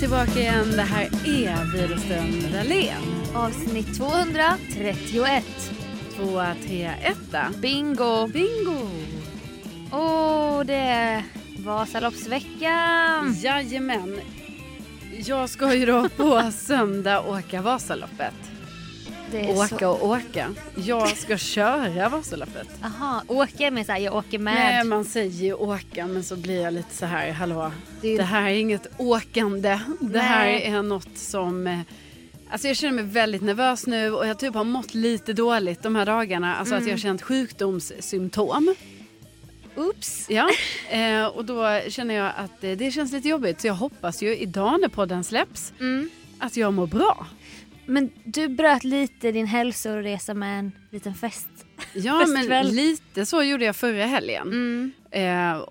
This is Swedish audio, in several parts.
tillbaka igen. Det här är Widerström Dahlén. Avsnitt 231. Tvåa, trea, etta. Bingo! Bingo! Åh, det är Vasaloppsveckan! Jajamän. Jag ska ju då på söndag åka Vasaloppet. Det är så... Åka och åka. Jag ska köra Vasaloppet. Aha, åka med såhär, jag åker med. Nej, man säger ju åka men så blir jag lite så här, hallå. Det är ju- Det här är inget åkande. Det här Nej. är något som... eh, Alltså jag känner mig väldigt nervös nu och jag typ har mått lite dåligt de här dagarna. Alltså Mm. att jag har känt sjukdomssymptom. Oops! Ja. eh, och då känner jag att eh, det känns lite jobbigt. Så jag hoppas ju idag när podden släpps Mm. att jag mår bra. Men du bröt lite din hälsoresa med en liten fest. Ja Fast men väl. lite så gjorde jag förra helgen. Mm. Eh,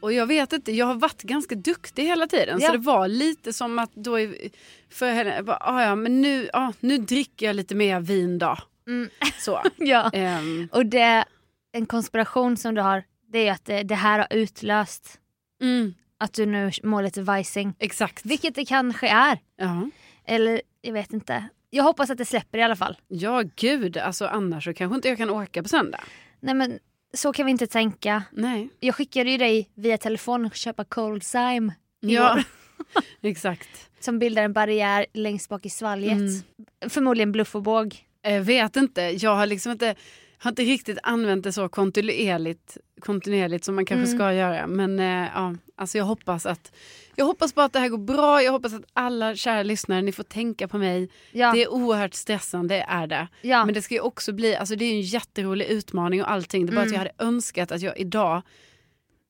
och jag vet inte, jag har varit ganska duktig hela tiden. Ja. Så det var lite som att då i- för henne, jag bara, ah, ja men nu, ah, nu dricker jag lite mer vin då. Mm. Så. Ja. ehm, Och det, en konspiration som du har, det är ju att det, det här har utlöst mm, att du nu mår lite vajsing. exakt. Vilket det kanske är. Ja. Eller jag vet inte. Jag hoppas att det släpper i alla fall. ja gud, alltså annars så kanske inte jag kan åka på söndag. Nej men så kan vi inte tänka. Nej. Jag skickade ju dig via telefon att köpa Coldzyme Ja. exakt. som bildar en barriär längst bak i svalget. Mm. Förmodligen bluff och båg. Eh, vet inte, jag har liksom inte, har inte riktigt använt det så kontinuerligt, kontinuerligt som man kanske Mm. ska göra. Men eh, ja, alltså jag hoppas att, jag hoppas bara att det här går bra. Jag hoppas att alla kära lyssnare, ni får tänka på mig. Ja, Det är oerhört stressande, det är det. ja. Men det ska ju också bli, alltså det är ju en jätterolig utmaning och allting. Det är bara Mm. att jag hade önskat att jag idag,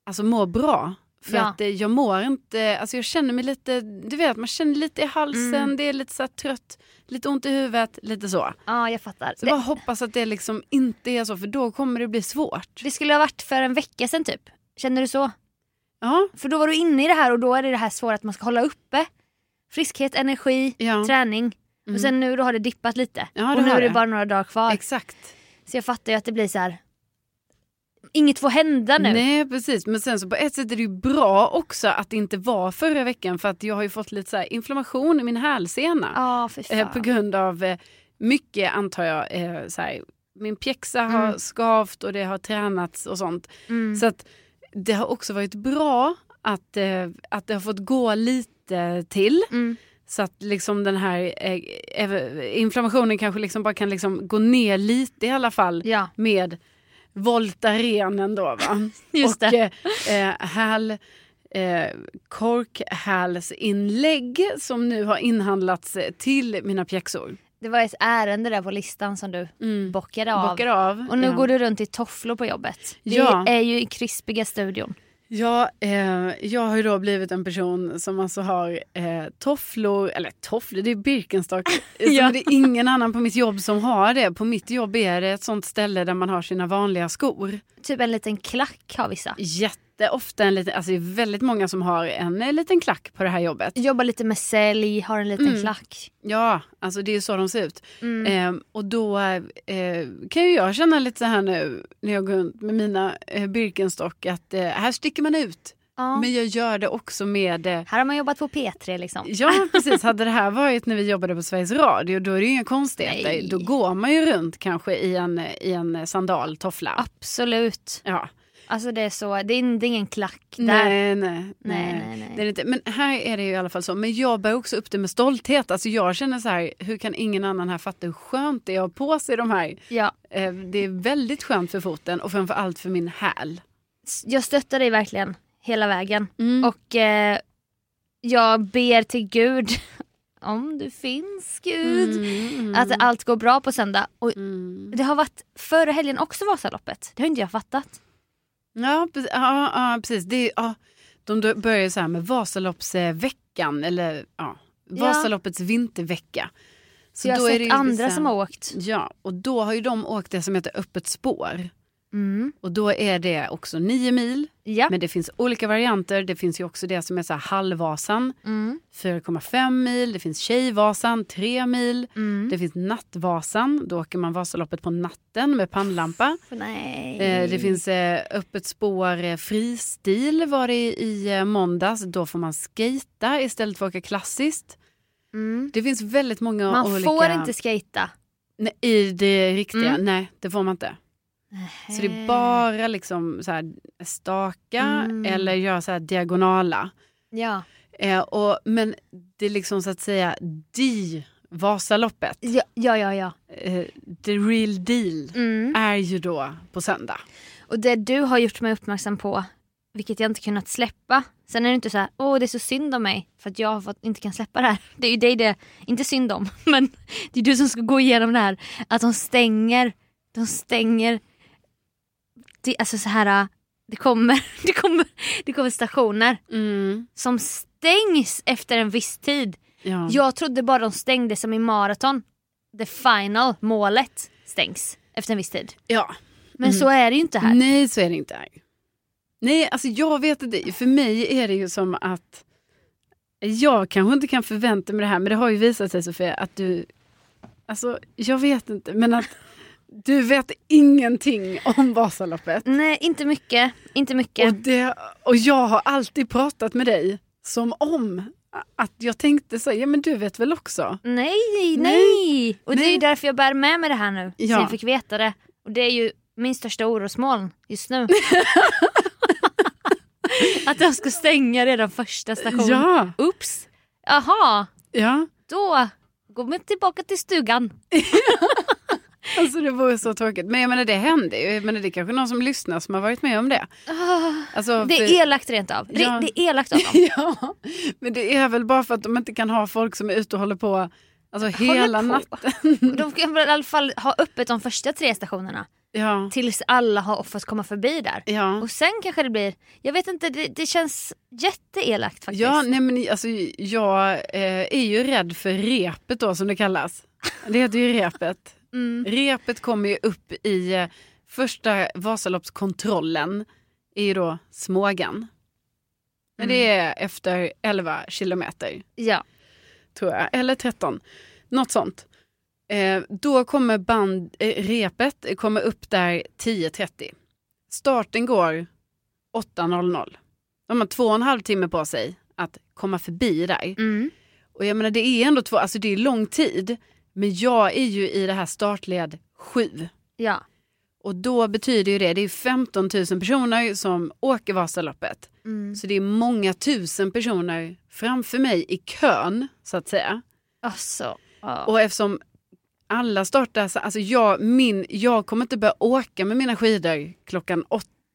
alltså mår bra. För Ja. att eh, jag mår inte, alltså jag känner mig lite, du vet man känner lite i halsen, Mm. det är lite så här trött, lite ont i huvudet, lite så. ja jag fattar. Så jag Det, bara hoppas att det liksom inte är så för då kommer det bli svårt. det skulle ha varit för en vecka sedan typ. Känner du så? Ja, För då var du inne i det här och då är det det här svåra att man ska hålla uppe friskhet, energi, Ja. Mm. träning. Och sen nu då har det dippat lite. Ja, det och nu har är det det. bara några dagar kvar. exakt. så jag fattar ju att det blir så här. Inget får hända nu. Nej precis men sen så på ett sätt är det ju bra också att det inte var förra veckan för att jag har ju fått lite så här inflammation i min hälsena. Ja, fy fan. eh, på grund av eh, mycket antar jag, eh, så här, min pjäxa har Mm. skavt och det har tränats och sånt. Mm. Så att det har också varit bra att, eh, att det har fått gå lite till. Mm. Så att liksom den här eh, ev- inflammationen kanske liksom bara kan liksom gå ner lite i alla fall Ja, med Voltarenen då va. just och det. eh, eh, häl, eh, korkhälsinlägg som nu har inhandlats eh, till mina pjäxor. Det var ett ärende där på listan som du Mm. bockade av. Bockar av. Och nu ja. går du runt i tofflor på jobbet. Vi Ja. är ju i krispiga studion. Ja, eh, jag har ju då blivit en person som alltså har eh, tofflor, eller tofflor, det är Birkenstock. Ja. ja. Det är ingen annan på mitt jobb som har det. På mitt jobb är det ett sånt ställe där man har sina vanliga skor. Typ en liten klack har vissa. Jätteofta en liten, alltså det är väldigt många som har en eh, liten klack på det här jobbet. Jobbar lite med sälj, har en liten Mm. klack. Ja, alltså det är ju så de ser ut. Mm. Eh, och då eh, kan ju jag känna lite så här nu när jag går runt med mina eh, Birkenstock att eh, här sticker man ut. ja. Men jag gör det också med eh, Här har man jobbat på P3 liksom. Ja, precis. Hade det här varit när vi jobbade på Sveriges Radio, då är det ju inga konstigheter. Nej. Då går man ju runt kanske i en, i en sandaltoffla. Absolut. Ja. Alltså det är så, det är, det är ingen klack där. Nej, nej, nej. Nej, nej, nej. Det är det inte. Men här är det ju i alla fall så. Men jag bär också upp det med stolthet. Alltså jag känner så här, hur kan ingen annan här fatta hur skönt det är att ha på sig de här? Ja. Eh, Det är väldigt skönt för foten och framför allt för min häl. S- Jag stöttar dig verkligen hela vägen. Mm. Och eh, jag ber till Gud, om du finns Gud, Mm, att allt går bra på söndag. Och mm. Det har varit förra helgen också Vasaloppet. Det har inte jag fattat. Ja, precis. Ja, ja, precis. Det är, ja. De då börjar ju så här med Vasaloppsveckan, eller ja, Vasaloppets vintervecka. Så jag har sett ju liksom- andra vissa- som har åkt. Ja, och då har ju de åkt det som heter Öppet spår. Mm. Och då är det också nio mil. Ja. Men det finns olika varianter. Det finns ju också det som är så här halvvasan, Mm. 4,5 mil. Det finns tjejvasan, 3 mil. Mm. Det finns nattvasan, då åker man Vasaloppet på natten med pannlampa. Nej. Eh, det finns eh, öppet spår eh, fristil var det i, i eh, måndags. Då får man skejta istället för att åka klassiskt. Mm. Det finns väldigt många Man olika... får inte skejta. Nej, I det riktiga? Mm. Eh. Nej, det får man inte. Så det är bara liksom så här staka Mm. eller göra så här diagonala. Ja. Eh, och, men det är liksom så att säga di Vasaloppet, Ja, ja, ja. ja. eh, the real deal, Mm. är ju då på söndag. Och det du har gjort mig uppmärksam på, vilket jag inte kunnat släppa. Sen är det inte så här, åh det är så synd om mig för att jag har fått, inte kan släppa det här. Det är ju dig det, inte synd om, men det är du som ska gå igenom det här. Att de stänger, de stänger, det, alltså så här, det kommer, det kommer, det kommer stationer som stängs efter en viss tid. Ja. Jag trodde bara de stängde som i maraton, the final, målet stängs efter en viss tid. Ja. Men Mm. så är det ju inte här. Nej, så är det inte. Nej, alltså jag vet inte. För mig är det ju som att jag kanske inte kan förvänta mig det här, men det har ju visat sig Sofia att du, alltså jag vet inte, men att du vet ingenting om Vasaloppet. Nej, inte mycket. Inte mycket. Och, det, och jag har alltid pratat med dig som om att jag tänkte så, här, ja men du vet väl också? nej, nej, Nej, Och det är nej. ju därför jag bär med mig det här nu. Ja. Så jag fick veta det. Och det är ju min största orosmoln just nu. att de ska stänga redan första station. Ja, Oops. Jaha, ja. då går man tillbaka till stugan. Alltså det vore så tråkigt. Men jag menar det händer ju. Jag menar, det är kanske någon som lyssnar som har varit med om det. Alltså, Det för- är elakt rent av. Re- Ja. Det är elakt av dem. Ja, men det är väl bara för att de inte kan ha folk som är ute och håller på alltså, hela på. natten. De kan väl i alla fall ha öppet de första tre stationerna. Ja, Tills alla har fått komma förbi där. ja. Och sen kanske det blir, jag vet inte, det, det känns jätteelakt faktiskt. ja nej, men, alltså, jag eh, är ju rädd för repet då som det kallas. Det heter ju repet. Mm. Repet kommer ju upp i eh, första Vasaloppskontrollen är ju då Smågan. Men det Mm. är efter 11 kilometer. Ja. tror jag, eller 13. Något sånt. Eh, då kommer band, eh, repet kommer upp där 10.30. Starten går 8.00. De har två och en halv timme på sig att komma förbi där. Mm. Och jag menar det är ändå två, alltså det är lång tid. Men jag är ju i det här startled 7. Ja. Och då betyder ju det, det är 15 000 personer som åker Vasaloppet. Mm. Så det är många tusen personer framför mig i kön så att säga. Alltså. Ja. Och eftersom alla startar, så- alltså jag, min, jag kommer inte börja åka med mina skidor klockan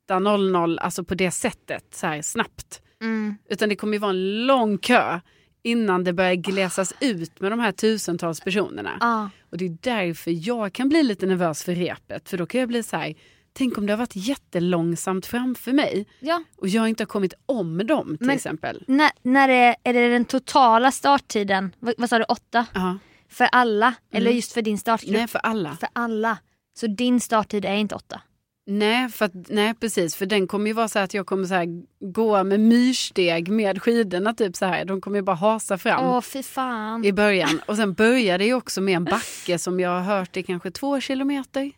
8.00, alltså på det sättet, så här snabbt. Mm. Utan det kommer ju vara en lång kö innan det börjar glesas ut med de här tusentals personerna. Ja. Och det är därför jag kan bli lite nervös för repet, för då kan jag bli så här, tänk om det har varit jättelångsamt framför mig ja. och jag inte har kommit om dem till Men- exempel. När, när är, är det den totala starttiden? Vad, vad sa du, åtta? Ja, För alla? Eller just för din startgrupp? nej för alla. För alla. Så din starttid är inte åtta? Nej, för att, nej, precis. För den kommer ju vara så här att jag kommer så här gå med myrsteg med skidorna. Typ så här. De kommer ju bara hasa fram Åh fy fan. i början. Och sen börjar det ju också med en backe som jag har hört är kanske två kilometer.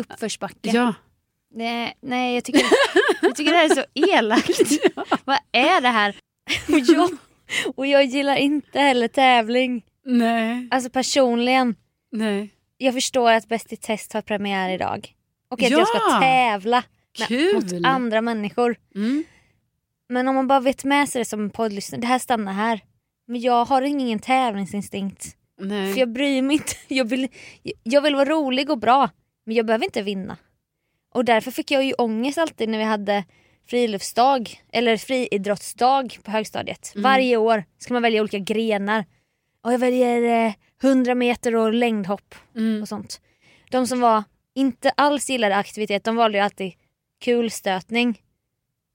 Uppförsbacke. Ja, Nej, nej jag, tycker, jag tycker det här är så elakt. Vad är det här? Och jag, och jag gillar inte heller tävling. nej, Alltså personligen. nej. jag förstår att Bäst i test har premiär idag. Och att Ja! jag ska tävla med- Kul! mot andra människor. Mm. Men om man bara vet med sig det som poddlyssnare, det här stannar här. Men jag har ingen tävlingsinstinkt. För Nej. jag bryr mig inte. Jag vill, jag vill vara rolig och bra. Men jag behöver inte vinna. Och därför fick jag ju ångest alltid när vi hade friluftsdag. Eller friidrottsdag på högstadiet. Mm. Varje år ska man välja olika grenar. Och jag väljer eh, 100 meter och längdhopp Mm. och sånt. De som var inte alls gillade aktivitet, de valde ju alltid kulstötning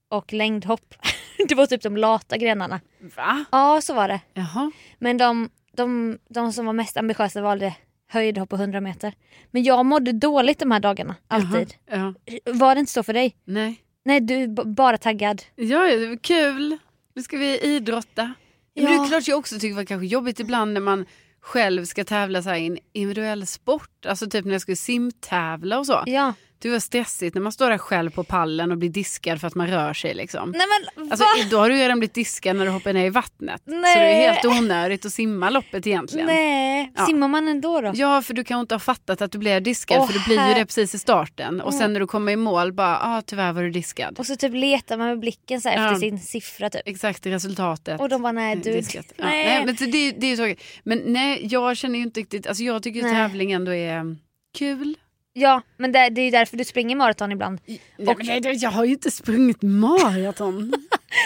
och längdhopp. Det var typ de lata grenarna. Va? Ja, så var det. Jaha. Men de, de, de som var mest ambitiösa valde höjdhopp och 100 meter. Men jag mådde dåligt de här dagarna, alltid. Jaha, Ja, Var det inte så för dig? nej. Nej, du är b- bara taggad. Ja, ja, det var kul. Nu ska vi idrotta. Ja. Men det är klart jag också tycker det var kanske jobbigt ibland när man själv ska tävla så här i en individuell sport. Alltså typ när jag skulle simtävla och så. Ja. Det var stressigt när man står där själv på pallen och blir diskad för att man rör sig liksom. Nej men Alltså, Mm, va? då har du ju redan blivit diskad när du hoppar ner i vattnet. Så det Nej. är helt onödigt att simma loppet egentligen. Nej, Ja. simmar man ändå då? Ja, för du kan ju inte ha fattat att du blev diskad Åh, för du blir ju här- det precis i starten. Och sen Mm. när du kommer i mål bara, ah, tyvärr var du diskad. Och så typ letar man med blicken så här efter Ja. sin siffra typ. Exakt resultatet. Och de bara nej Eh, du. diskat. Ja, nej. nej, men så det, det är ju tråkigt. Men nej, jag känner ju inte riktigt, alltså jag tycker ju Nej. tävling ändå är mm, kul. Ja men det, det är ju därför du springer maraton ibland. Nej, men nej, jag har ju inte sprungit maraton.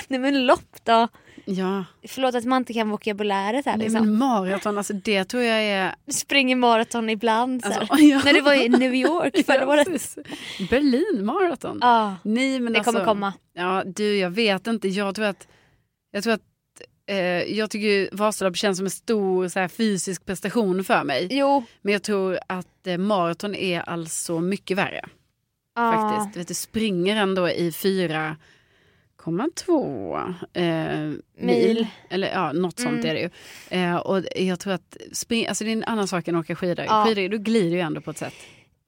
Nej men lopp då. ja, Förlåt att man inte kan vokabuläret här nej, liksom. men maraton, alltså det tror jag är... Du springer maraton ibland så här. Alltså, ja. När du var i New York förra året. precis. Berlin maraton. Ja, Nej, men det alltså, kommer komma. Ja, du, jag vet inte. Jag tror att... Jag, tror att, eh, jag tycker ju Vasalopp känns som en stor så här, fysisk prestation för mig. Jo. Men jag tror att eh, maraton är alltså mycket värre. Ja. faktiskt. Du, vet, du springer ändå i 4,2 eh, Mil. Eller ja, något sånt Mm. är det ju. Eh, och jag tror att spring, alltså det är en annan sak än att åka skidor. Ja. Skidor, du glider ju ändå på ett sätt.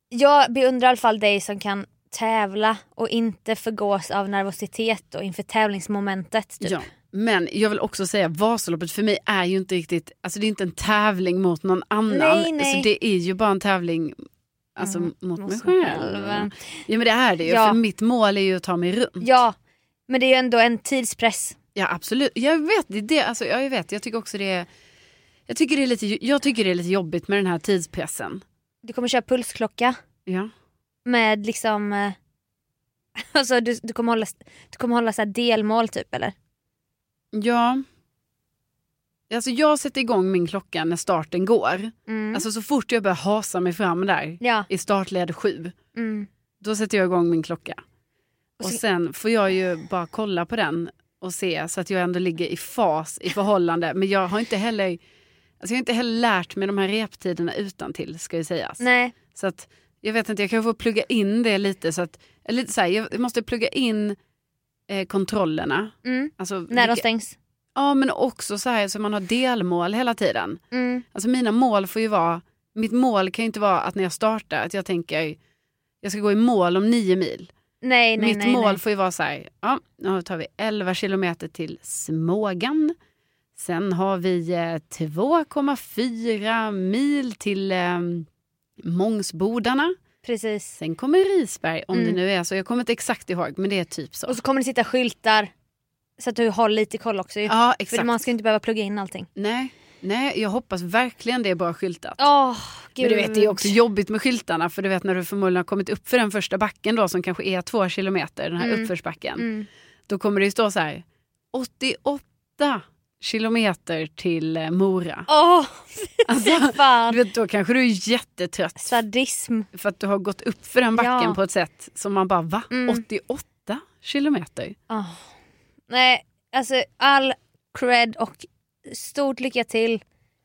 Jag beundrar i alla fall dig som kan tävla och inte förgås av nervositet och inför tävlingsmomentet. Typ. Ja. Men jag vill också säga, Vasaloppet för mig är ju inte riktigt, alltså det är inte en tävling mot någon annan. Nej, nej. Så det är ju bara en tävling alltså, Mm, mot mig Mot själv. själv. Ja men det är det ju, Ja. för mitt mål är ju att ta mig runt. Ja, men det är ju ändå en tidspress. Ja absolut, jag vet, det, är det, alltså, ja, jag vet, jag tycker också det är jag tycker, det är lite, jag tycker det är lite jobbigt med den här tidspressen. Du kommer köra pulsklocka Ja. med liksom... eh, Alltså du, du kommer hålla, du kommer hålla så här delmål typ eller? ja. Alltså jag sätter igång min klocka när starten går. Mm. Alltså så fort jag börjar hasa mig fram där ja. i startled sju, Mm. då sätter jag igång min klocka. Och Och sen- sen får jag ju bara kolla på den och se så att jag ändå ligger i fas i förhållande. Men jag har inte heller, alltså jag har inte heller lärt mig de här reptiderna utan till ska ju sägas. Nej. Så att, jag vet inte, jag kan få plugga in det lite. Så att, eller lite så här, jag måste plugga in eh, kontrollerna. Mm. Alltså, När de vilka- stängs. ja, men också så här så man har delmål hela tiden. Mm. Alltså mina mål får ju vara, mitt mål kan ju inte vara att när jag startar att jag tänker jag ska gå i mål om nio mil. Nej, nej, mitt nej, mål nej. får ju vara så här, ja, nu tar vi 11 kilometer till Smågan. Sen har vi eh, 2,4 mil till eh, Mångsbodarna. Precis. Sen kommer Risberg, om Mm. det nu är så. Jag kommer inte exakt ihåg, men det är typ så. Och så kommer det sitta skyltar. Så att du har lite koll också ju. Ja, För exakt. man ska ju inte behöva plugga in allting. Nej, nej, jag hoppas verkligen det är bra skyltat. Åh gud. Men du vet, det är också jobbigt med skyltarna, för du vet när du förmodligen har kommit upp för den första backen då, som kanske är två kilometer, den här Mm. uppförsbacken. Mm. Då kommer det ju stå så här, 88 kilometer till eh, Mora. Åh, Alltså, fan. du vet, då kanske du är jättetrött Sadism. för att du har gått upp för den backen Ja. på ett sätt som man bara, va? Mm. 88 kilometer? Ah. Nej, alltså all cred och stort lycka till.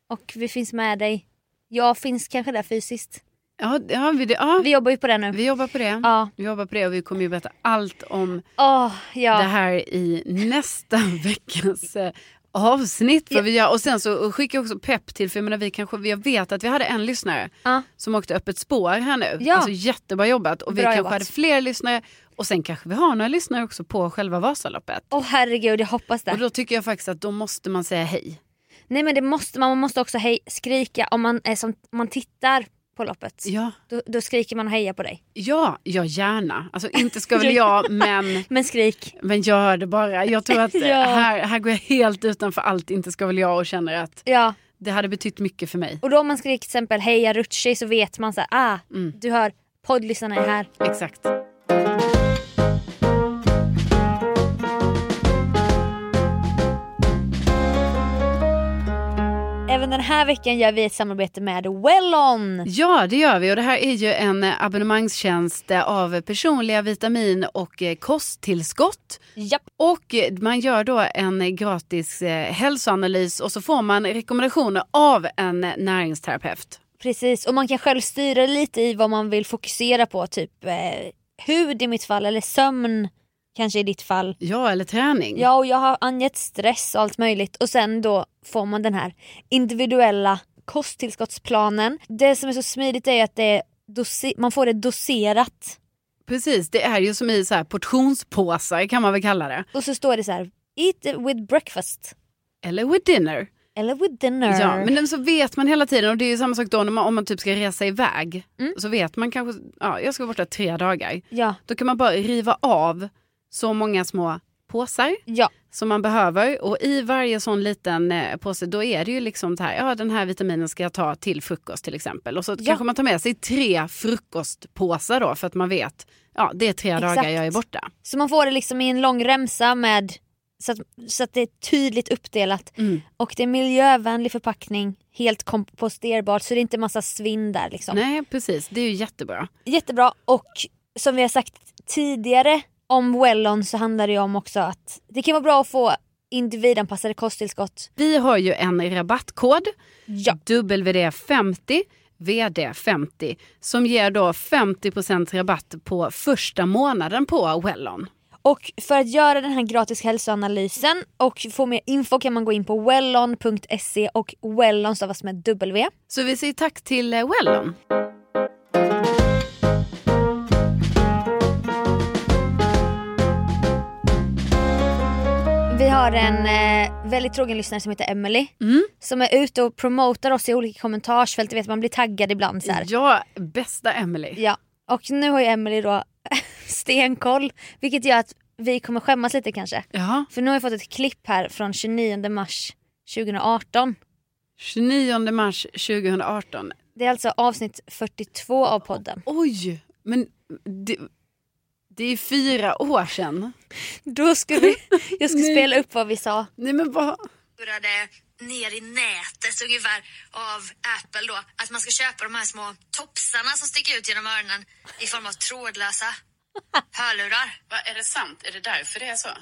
Och vi finns med dig. Jag finns kanske där fysiskt. Ja, ja, vi, det- ja, Vi jobbar ju på det nu. vi jobbar på det. Ja. Vi jobbar på det och vi kommer ju berätta allt om Åh, det ja. här i nästa veckas eh, avsnitt. Vad vi gör. Och sen så skickar jag också pepp till, för jag menar vi kanske, jag vet att vi hade en lyssnare Ja. som åkte öppet spår här nu. Ja. Alltså jättebra jobbat. Och vi Bra kanske jobbat. hade fler lyssnare. Och sen kanske vi har några lyssnare också på själva Vasaloppet. Åh herregud, jag hoppas Och det. då tycker jag faktiskt att då måste man säga hej. Nej men det måste man, man måste också hej, skrika om man, är som, om man tittar på loppet. Ja, Då, då skriker man och hejar på dig. ja, ja gärna. Alltså inte ska väl jag, men, Men skrik. men gör det bara. Jag tror att eh, Ja. här, här går jag helt utanför allt inte ska väl jag och känner att Ja. Det hade betytt mycket för mig. Och då om man skriker till exempel heja Rutschi så vet man så här, ah, Mm. du hör poddlyssnarna är här. Exakt. Även den här veckan gör vi ett samarbete med Wellon. Ja, det gör vi. Och det här är ju en eh, abonnemangstjänst eh, av personliga vitamin och eh, kosttillskott. Japp. Och eh, man gör då en eh, gratis eh, hälsoanalys och så får man rekommendationer av en eh, näringsterapeut. Precis, och man kan själv styra lite i vad man vill fokusera på. Typ eh, hud i mitt fall, eller sömn kanske i ditt fall. Ja, eller träning. Ja, och jag har angett stress och allt möjligt. Och sen då får man den här individuella kosttillskottsplanen. Det som är så smidigt är att det är dose- man får det doserat. Precis, det är ju som i så här portionspåsar kan man väl kalla det. Och så står det så här, eat with breakfast. Eller with dinner. Eller with dinner. Ja, men den så vet man hela tiden och det är ju samma sak då när man, om man typ ska resa iväg. Mm. Så vet man kanske, ja jag ska vara borta tre dagar. ja. Då kan man bara riva av så många små påsar ja. som man behöver och i varje sån liten eh, påse då är det ju liksom så här, ja den här vitaminen ska jag ta till frukost till exempel. Och så Ja. kanske man tar med sig tre frukostpåsar då för att man vet, ja det är tre Exakt. dagar jag är borta. Så man får det liksom i en lång remsa med så att, så att det är tydligt uppdelat. Mm. Och det är miljövänlig förpackning, helt komposterbart så det är inte massa svinn där liksom. Nej precis, det är ju jättebra. Jättebra och som vi har sagt tidigare om Wellon så handlar det ju om också att det kan vara bra att få individanpassade kosttillskott. Vi har ju en rabattkod Ja. WD50 VD50 som ger då 50% rabatt på första månaden på Wellon. Och för att göra den här gratis hälsoanalysen och få mer info kan man gå in på wellon.se och wellon stavas med W. Så vi säger tack till eh, Wellon. Vi har en eh, väldigt trogen lyssnare som heter Emily Mm. som är ute och promotar oss i olika kommentarsfält. Du vet man blir taggad ibland så här. Ja, bästa Emily. Ja. Och nu har ju Emily då stenkoll vilket gör att vi kommer skämmas lite kanske. Ja, För nu har jag fått ett klipp här från 29 mars 2018. 29 mars 2018. Det är alltså avsnitt 42 av podden. Oj, men det, det är fyra år sedan. Då ska vi, jag ska Nej. spela upp vad vi sa. Nej men vad, lurade ner i nätet ungefär av Apple då att man ska köpa de här små topsarna som sticker ut genom öronen i form av trådlösa hörlurar. Va, är det sant? Är det därför det är så?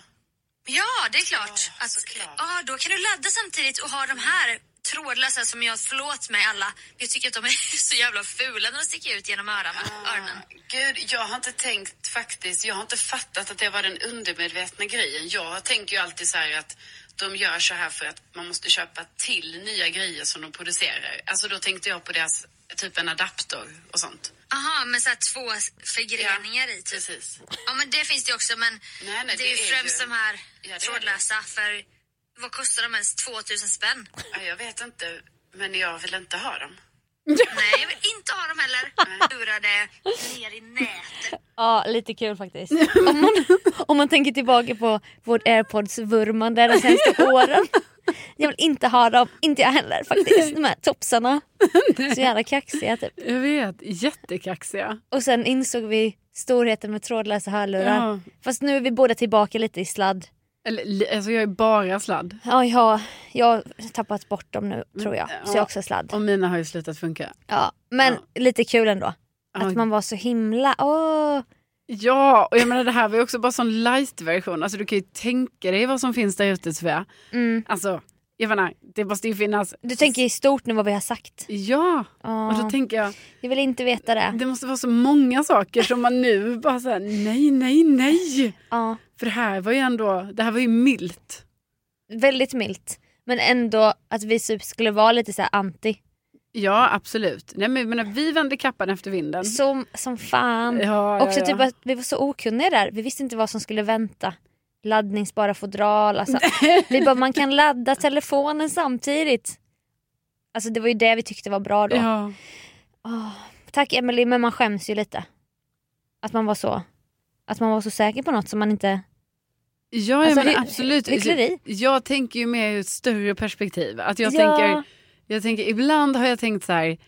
Ja, det är klart. Ja, att, såklart. ja, då kan du ladda samtidigt och ha de här trådlösa som jag, förlåt mig alla, men jag tycker att de är så jävla fula när de sticker ut genom öronen. Ah. öronen. Gud, jag har inte tänkt faktiskt, jag har inte fattat att det var den undermedvetna grejen. Jag tänker ju alltid så här att de gör så här för att man måste köpa till nya grejer som de producerar. Alltså då tänkte jag på deras, typ en adapter och sånt. Aha, men så här två förgreningar i typ. Precis. Ja, men det finns det ju också, men Nej, nej, det är ju det är främst ju- de här det är det. trådlösa för vad kostar de ens? 2000 spänn? Ja, jag vet inte, men jag vill inte ha dem. Nej, jag vill inte ha dem heller. Lurade ner i nätet. Ja, lite kul faktiskt. Om man, om man tänker tillbaka på vårt airpods-vurmande de senaste åren. Jag vill inte ha dem, inte jag heller faktiskt. De här topsarna. Så jävla kaxiga typ. Jag vet, jättekaxiga. Och sen insåg vi storheten med trådlösa hörlurar. Ja. Fast nu är vi båda tillbaka lite i sladd. Eller, li- alltså jag är bara sladd. Ja, jag, har- jag har tappat bort dem nu Mm, tror jag. Så jag har också sladd. Och mina har ju slutat funka. Ja, men lite kul ändå. Ja. Att man var så himla... Åh. Ja, och jag menar det här var ju också bara sån light-version. Alltså du kan ju tänka dig vad som finns där ute Sofia. Mm. Alltså, jag menar, det måste ju finnas. Du tänker i stort nu vad vi har sagt. Ja, och Mm. Ja. då tänker jag, Jag vill inte veta det. det måste vara så många saker som man nu bara såhär, nej, nej, nej. Ja. För det här var ju ändå, det här var ju milt. Väldigt milt. Men ändå att vi typ skulle vara lite så här anti. Mm. Ja, absolut. Nej, men jag menar, vi vände kappan efter vinden. Som, som fan. Ja, Också ja, typ ja. att vi var så okunniga där. Vi visste inte vad som skulle vänta. Laddningsbara fodral. Alltså. vi bara, man kan ladda telefonen samtidigt. Alltså det var ju det vi tyckte var bra då. Ja. Åh, Ah, tack Emily, men man skäms ju lite. Att man var så. Att man var så säker på något som man inte... Ja, jag Alltså, menar, hy- absolut. hyckleri. Jag tänker ju mer ur ett större perspektiv. Att jag, Ja. tänker, jag tänker, ibland har jag tänkt så här,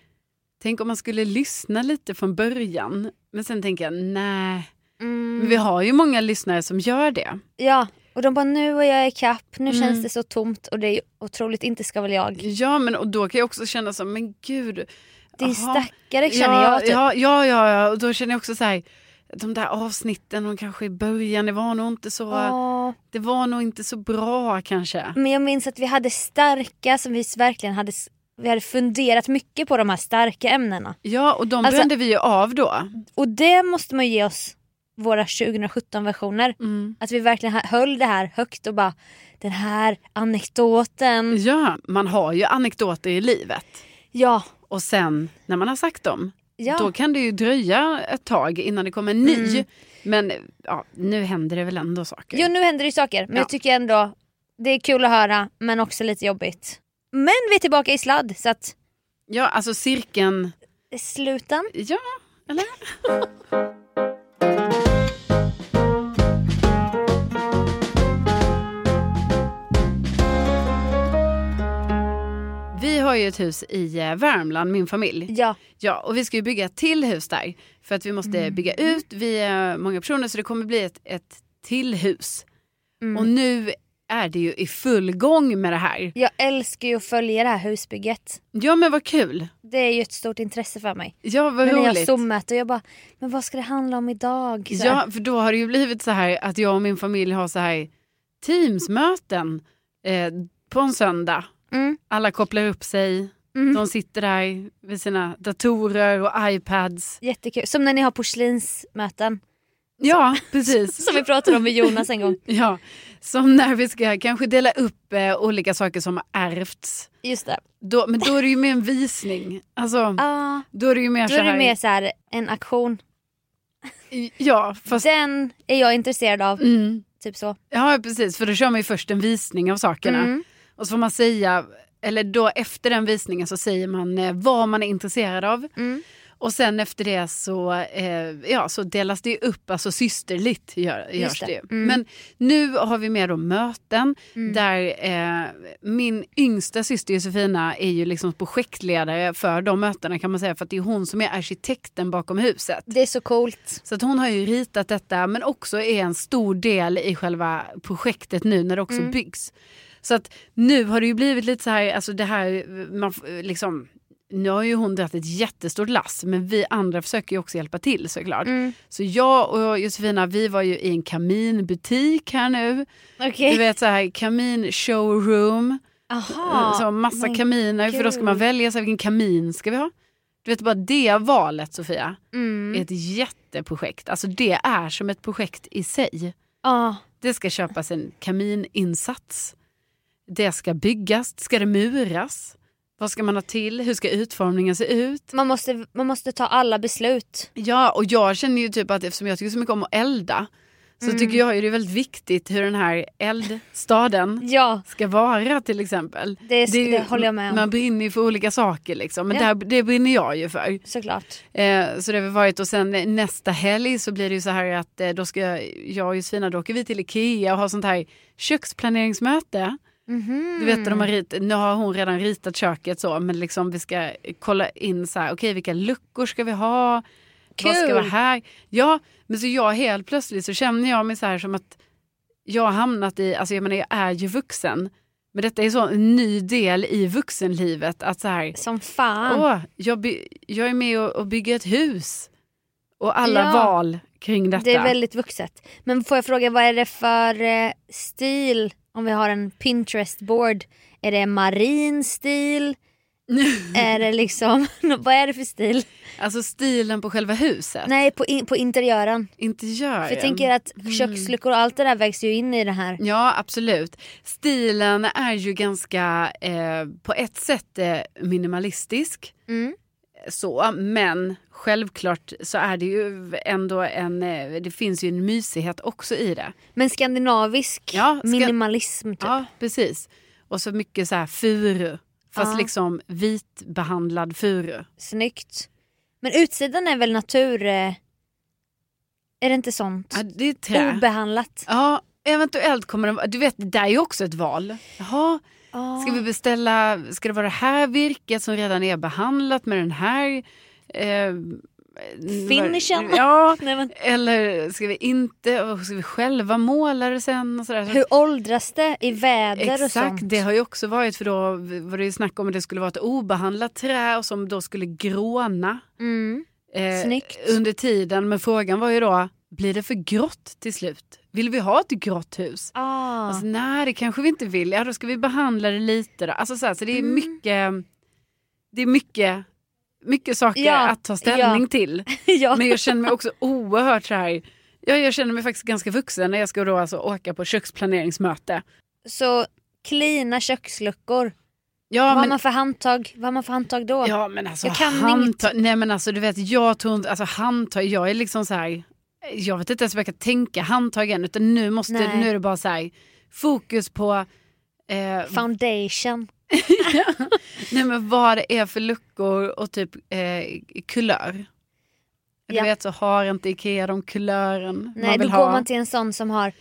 tänk om man skulle lyssna lite från början. Men sen tänker jag, nej. Men vi har ju många lyssnare som gör det. mm, Ja, och de bara nu är jag ikapp, nu Mm. känns det så tomt och det är ju otroligt inte ska väl jag. Ja, men och då kan jag också känna så, men gud. Det är aha. stackare känner ja, jag. Typ. Ja, ja, ja, ja, och då känner jag också så här, de där avsnitten, de kanske i början, det var nog inte så, Åh, det var nog inte så bra kanske. men jag minns att vi hade starka som vi verkligen hade s- Vi hade funderat mycket på de här starka ämnena. Ja, och de Alltså- brände vi ju av då. Och det måste man ju ge oss våra 2017-versioner. Mm. Att vi verkligen hö- höll det här högt och bara den här anekdoten. Ja, man har ju anekdoter i livet. Ja, Och sen när man har sagt dem, ja. då kan det ju dröja ett tag innan det kommer en ny. Mm. Men ja, nu händer det väl ändå saker. Jo nu händer det ju saker men Ja. jag tycker ändå det är kul att höra men också lite jobbigt. Men vi är tillbaka i sladd så att Ja, alltså cirkeln. sluten. Ja, eller? Vi har ju ett hus i eh, Värmland, min familj. Ja. Ja, och vi ska ju bygga ett till hus där. För att vi måste Mm. bygga ut, vi är många personer så det kommer bli ett, ett till hus. Mm. Och nu är det ju i full gång med det här. Jag älskar ju att följa det här husbygget. Ja men vad kul. Det är ju ett stort intresse för mig. Ja vad Men när jag har roligt. zoomat och jag bara men vad ska det handla om idag? Så här. Ja, för då har det ju blivit så här att jag och min familj har så här teamsmöten eh, på en söndag. Mm. Alla kopplar upp sig, Mm. de sitter där vid sina datorer och iPads. Jättekul. Som när ni har porslinsmöten Ja, precis. som vi pratade om med Jonas en gång. Ja, som när vi ska kanske dela upp eh, olika saker som har ärvts. Just det. Då, men då är det ju mer en visning. Alltså, Ah, då är det ju mer då så är här. det mer så här en aktion. Ja, fast, Den är jag intresserad av. mm, Typ så. ja, precis. För då kör man ju först en visning av sakerna. Mm. Och så får man säga, eller då efter den visningen så säger man eh, vad man är intresserad av. Mm. Och sen efter det så, eh, ja, så delas det ju upp, alltså systerligt gör, görs det, det. ju. Mm. Men nu har vi med då möten Mm. där eh, min yngsta syster Josefina är ju liksom projektledare för de mötena kan man säga för att det är hon som är arkitekten bakom huset. Det är så coolt. Så att hon har ju ritat detta men också är en stor del i själva projektet nu när det också Mm. byggs. Så att nu har det ju blivit lite så här, alltså det här, man f- liksom, nu har ju hon dragit ett jättestort lass men vi andra försöker ju också hjälpa till såklart. Mm. Så jag och Josefina vi var ju i en kaminbutik här nu. Okej. Du vet så här kamin showroom, Eh, Aha. så massa men kaminer för då ska man gud. välja så här, vilken kamin ska vi ha. Du vet bara det valet Sofia Mm. ett jätteprojekt. Alltså det är som ett projekt i sig. Ja. Det ska köpas en kamininsats. Det ska byggas. Ska det muras? Vad ska man ha till? Hur ska utformningen se ut? man, måste, man måste ta alla beslut. Ja, och jag känner ju typ att eftersom jag tycker så mycket om att elda så tycker jag ju det är väldigt viktigt hur den här eldstaden Ja, ska vara till exempel. det, är ju- det håller jag med om. Man brinner ju för olika saker liksom. Men Ja. det, här, det brinner jag ju för. Såklart. Eh, så det har vi varit och sen eh, nästa helg så blir det ju så här att eh, då ska jag, jag och Josefina, då åker vi till Ikea och har sånt här köksplaneringsmöte. Mhm. Du vet, de har rit, nu har hon redan ritat köket så men liksom vi ska kolla in så här, okej vilka luckor ska vi ha? Vad ska Kul! vara här? Ja, men så jag helt plötsligt så känner jag mig så här som att jag har hamnat i, alltså jag menar jag är ju vuxen. Men detta är så en ny del i vuxenlivet att så här, Som fan. Åh, jag, by- jag är med och, och bygger ett hus. Och alla Ja. val kring detta. det är väldigt vuxet. Men får jag fråga, vad är det för eh, stil? Om vi har en Pinterest-board. Är det marin stil? är det liksom, vad är det för stil? Alltså stilen på själva huset. Nej, på, in, på interiören. Interiören. För jag tänker att Mm. köksluckor och allt det där vägs ju in i det här. Ja, absolut. Stilen är ju ganska eh, på ett sätt eh, minimalistisk. Mm. Så, men självklart så är det ju ändå en, eh, det finns ju en mysighet också i det. Men skandinavisk Ja, ska- minimalism typ. Ja, precis. Och så mycket så här furu. Fast Ja. liksom vitbehandlad furu. Snyggt. Men utsidan är väl natur... eh, Är det inte sånt? Ja, det är trä. Oh, Obehandlat. Ja, eventuellt kommer den Du vet, det där är ju också ett val. Jaha, Ah. ska vi beställa, ska det vara det här virket som redan är behandlat med den här eh, Finishen. Ja, Nej, men, eller ska vi inte, och ska vi själva måla det sen? Och sådär. Så- hur åldras det i väder och Exakt, sånt? det har ju också varit för då var det ju snack om att det skulle vara ett obehandlat trä och som då skulle gråna Mm. eh, Snyggt. under tiden. Men frågan var ju då, blir det för grått till slut? Vill vi ha ett grått hus? Ah. Alltså, nej, det kanske vi inte vill. Ja, då ska vi behandla det lite. Då. Alltså, så, här, så det är Mm. mycket... det är mycket, mycket saker Ja, att ta ställning ja. till. ja. Men jag känner mig också oerhört så här, ja, jag känner mig faktiskt ganska vuxen när jag ska då alltså åka på köksplaneringsmöte. Så klina köksluckor. Ja, vad har men, man för handtag? Vad har man för handtag då? ja men alltså Jag kan handtag, nej men alltså du vet jag tror inte, alltså handtag, jag är liksom så här, jag vet inte ens om jag kan tänka handtag än utan nu måste, Nej. nu är det bara så här, fokus på eh, Foundation. Nej men vad det är för luckor och typ eh, kulör. Du Ja. vet så har inte Ikea de kulören Nej, man då vill går ha. man till en sån som har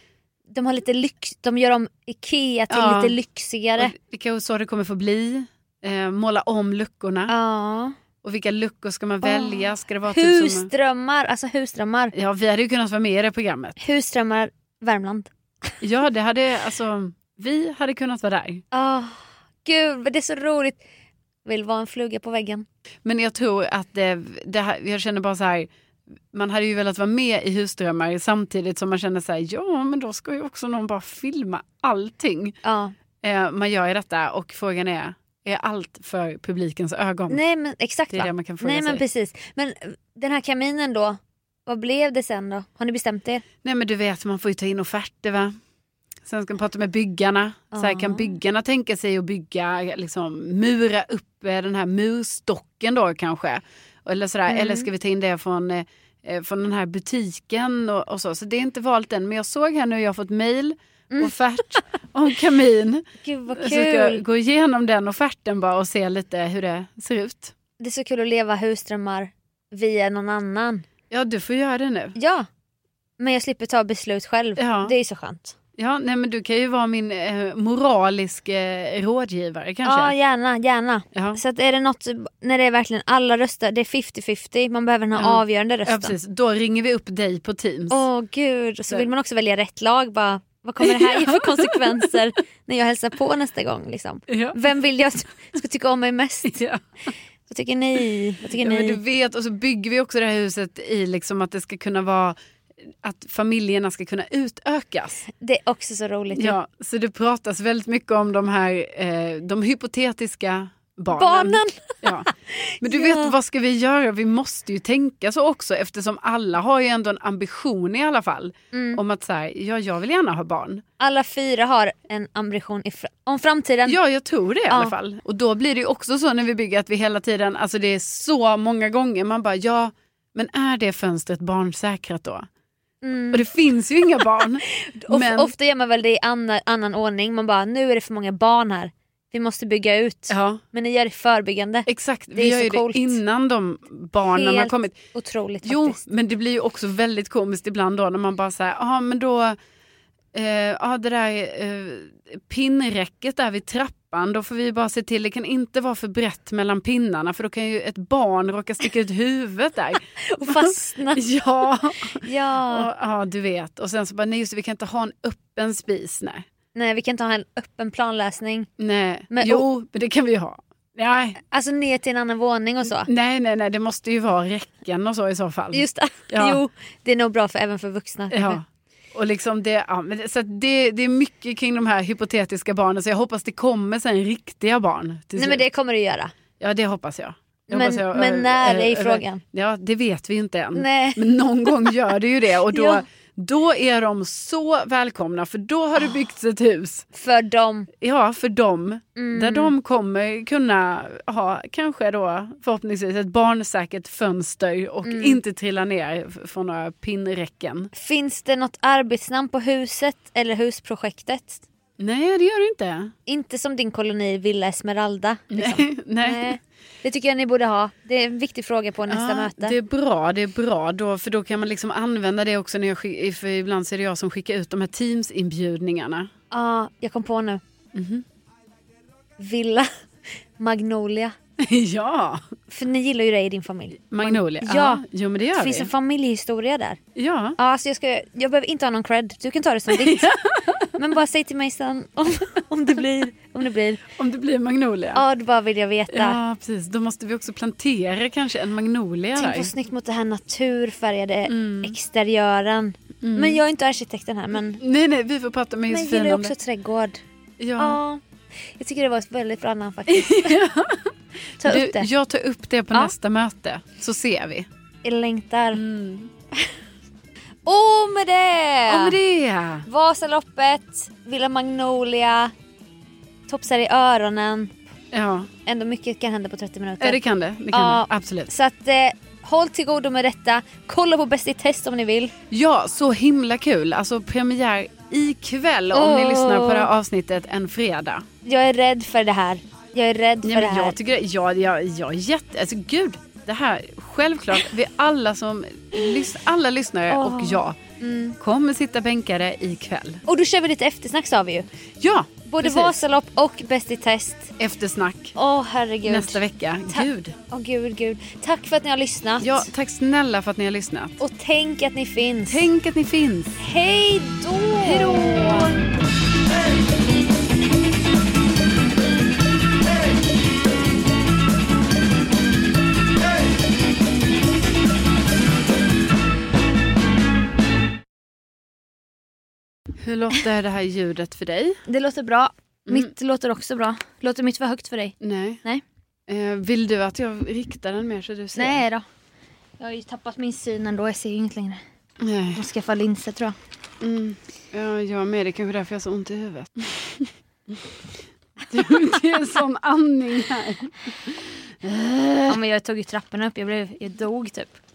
de har lite lyx, de gör om Ikea till Ja. lite lyxigare. Och det kanske är så det kommer få bli. Eh, måla om luckorna. Ja. Och vilka luckor ska man välja? Ska det vara typ som... Husdrömmar, alltså husdrömmar. Ja vi hade ju kunnat vara med i det programmet. Husdrömmar Värmland. Ja det hade alltså, vi hade kunnat vara där. Oh, gud, vad det är så roligt. Vill vara en fluga på väggen. Men jag tror att eh, det här, jag känner bara så här. Man hade ju velat vara med i Husdrömmar samtidigt som man känner så här, ja men då ska ju också någon bara filma allting. Ja. Eh, man gör ju detta och frågan är, är allt för publikens ögon? Nej men exakt Det är va? det man kan fråga Nej men sig. precis. Men eh, den här kaminen då, vad blev det sen då? Har ni bestämt er? Nej men du vet, man får ju ta in offerter va? Sen ska man prata med byggarna. Så här, Ja. kan byggarna tänka sig att bygga, liksom, mura upp eh, den här murstocken då kanske? Eller, sådär. Mm. Eller ska vi ta in det från, eh, eh, från den här butiken och, och så. Så det är inte valt än. Men jag såg här nu, jag har fått mail, Mm. offert om kamin. Gud vad Så ska jag kul. gå igenom den offerten bara och se lite hur det ser ut. Det är så kul att leva husdrömmar via någon annan. Ja, du får göra det nu. Ja. Men jag slipper ta beslut själv. Ja. Det är ju så skönt. Ja, nej men du kan ju vara min eh, moralisk eh, rådgivare Ja kanske. gärna, gärna. Ja, Så att är det något, när det är verkligen alla röster, det är 50-50, man behöver den här Ja. avgörande ja rösten. precis. Då ringer vi upp dig på Teams. Åh gud, och så Så. vill man också välja rätt lag. Bara, vad kommer det här ge för konsekvenser när jag hälsar på nästa gång? Liksom? Ja. Vem vill jag ska tycka om mig mest? Ja. Vad tycker ni? Vad tycker ja, men du ni? vet, och så bygger vi också det här huset i liksom att det ska kunna vara att familjerna ska kunna utökas. Det är också så roligt. ju. Ja, så det pratas väldigt mycket om de här eh, de hypotetiska barnen. Barnen! Ja. Men du Ja. vet, vad ska vi göra? Vi måste ju tänka så också eftersom alla har ju ändå en ambition i alla fall. Mm. Om att så här, ja, jag vill gärna ha barn. Alla fyra har en ambition i fr- om framtiden. Ja, jag tror det i Ja. alla fall. Och då blir det ju också så när vi bygger att vi hela tiden, alltså det är så många gånger man bara ja, men är det fönstret barnsäkrat då? Mm. Och det finns ju inga barn. Of- men, Ofta gör man väl det i annan, annan ordning. Man bara, nu är det för många barn här. Vi måste bygga ut. ja, Men ni gör det förebyggande. exakt. är Vi gör så ju coolt. det innan de barnen har Helt kommit. Otroligt Jo, faktiskt. men det blir ju också väldigt komiskt ibland då när man bara säger, ja men då, eh, ja det där eh, pinnräcket där vid trappan, då får vi bara se till, det kan inte vara för brett mellan pinnarna för då kan ju ett barn råka sticka ut huvudet där. Och fastna. Ja, och, ja. ja, du vet. Och sen så bara, nej just det, vi kan inte ha en öppen spis. Nej, Nej, vi kan inte ha en öppen planlösning. nej. Men- jo, men det kan vi ju ha. Nej, Alltså ner till en annan våning och så. nej, nej, nej, det måste ju vara räcken och så i så fall. Just det. Ja. Jo, det är nog bra för, även för vuxna. typ. ja. Och liksom det, ja, men det, så att det, det är mycket kring de här hypotetiska barnen så jag hoppas det kommer sen riktiga barn. till Nej men slut. det kommer du göra. Ja det hoppas jag. jag Men- hoppas jag, men eh, när är eh, eh, frågan? Ja det vet vi ju inte än. Nej. Men någon gång gör det ju det och då, Ja. då är de så välkomna för då har det Ah. byggts ett hus. För dem. Ja, för dem. Mm. Där de kommer kunna ha kanske då förhoppningsvis ett barnsäkert fönster och Mm. inte trilla ner f- från några pinnräcken. Finns det något arbetsnamn på huset eller husprojektet? Nej, det gör det inte. Inte som din koloni Villa Esmeralda. liksom. Nej. Nej. Nej. Det tycker jag ni borde ha. Det är en viktig fråga på nästa Ja, möte. Det är bra, det är bra. Då, för då kan man liksom använda det också när jag skick- för ibland så är det jag som skickar ut de här Teams-inbjudningarna. Ja, jag kom på nu. Mhm. Villa Magnolia. ja, För ni gillar ju det i din familj. Magnolia. Ja. jo men det gör Det finns vi. en familjehistoria där. Ja. Ja, alltså jag, ska, jag behöver inte ha någon cred. Du kan ta det som ditt. Men bara säg till mig sen om, om det blir. Om det blir. Om det blir Magnolia. Ja, då bara vill jag veta. Ja, precis. Då måste vi också plantera kanske en magnolia Tänk där. vad snyggt mot den här naturfärgade Mm. exteriören. Men jag är inte arkitekten här men, Nej, nej, vi får prata med men jag Josefin gillar ju om också det. trädgård. Ja. Ja. Jag tycker det var ett väldigt bra namn faktiskt. Ta du, upp det. Jag tar upp det på Ja. nästa möte så ser vi. Jag längtar. Mm. Och med det! Om det! Vasaloppet, Villa Magnolia, topsar i öronen. Ja, Ändå mycket kan hända på 30 minuter. eh, det kan det. det, kan Ja. det. Absolut. Så att eh, håll till godo med detta. Kolla på Bäst i test om ni vill. Ja, så himla kul. Alltså premiär ikväll om ni Åh. lyssnar på det här avsnittet en fredag. Jag är rädd för det här. Jag är rädd Nej, för det men här. jag tycker det, jag, jag, jag är jätte, alltså gud, det här, självklart, vi alla som, lys- alla lyssnare och jag Mm. kommer sitta bänkare ikväll. Och då kör vi lite eftersnack sa vi ju. Ja, Både precis. Vasalopp och Bäst i test. Eftersnack Åh herregud. nästa vecka. Ta- Gud. Åh gud, gud. Tack för att ni har lyssnat. Ja, tack snälla för att ni har lyssnat. Och tänk att ni finns. Tänk att ni finns. Hej då! Hej då! Hur låter det här ljudet för dig? Det låter bra. Mm. Mitt låter också bra. Låter mitt för högt för dig? Nej. Nej. Eh, vill du att jag riktar den mer så du ser? Nej då. Jag har ju tappat min syn ändå. Jag ser ju inget längre. Jag Nej. måste skaffa linser tror jag. Mm. Ja, jag med. Det är kanske därför jag har så ont i huvudet. det är en sån andning här. Ja, men jag tog ju trapporna upp. Jag, blev, jag dog typ.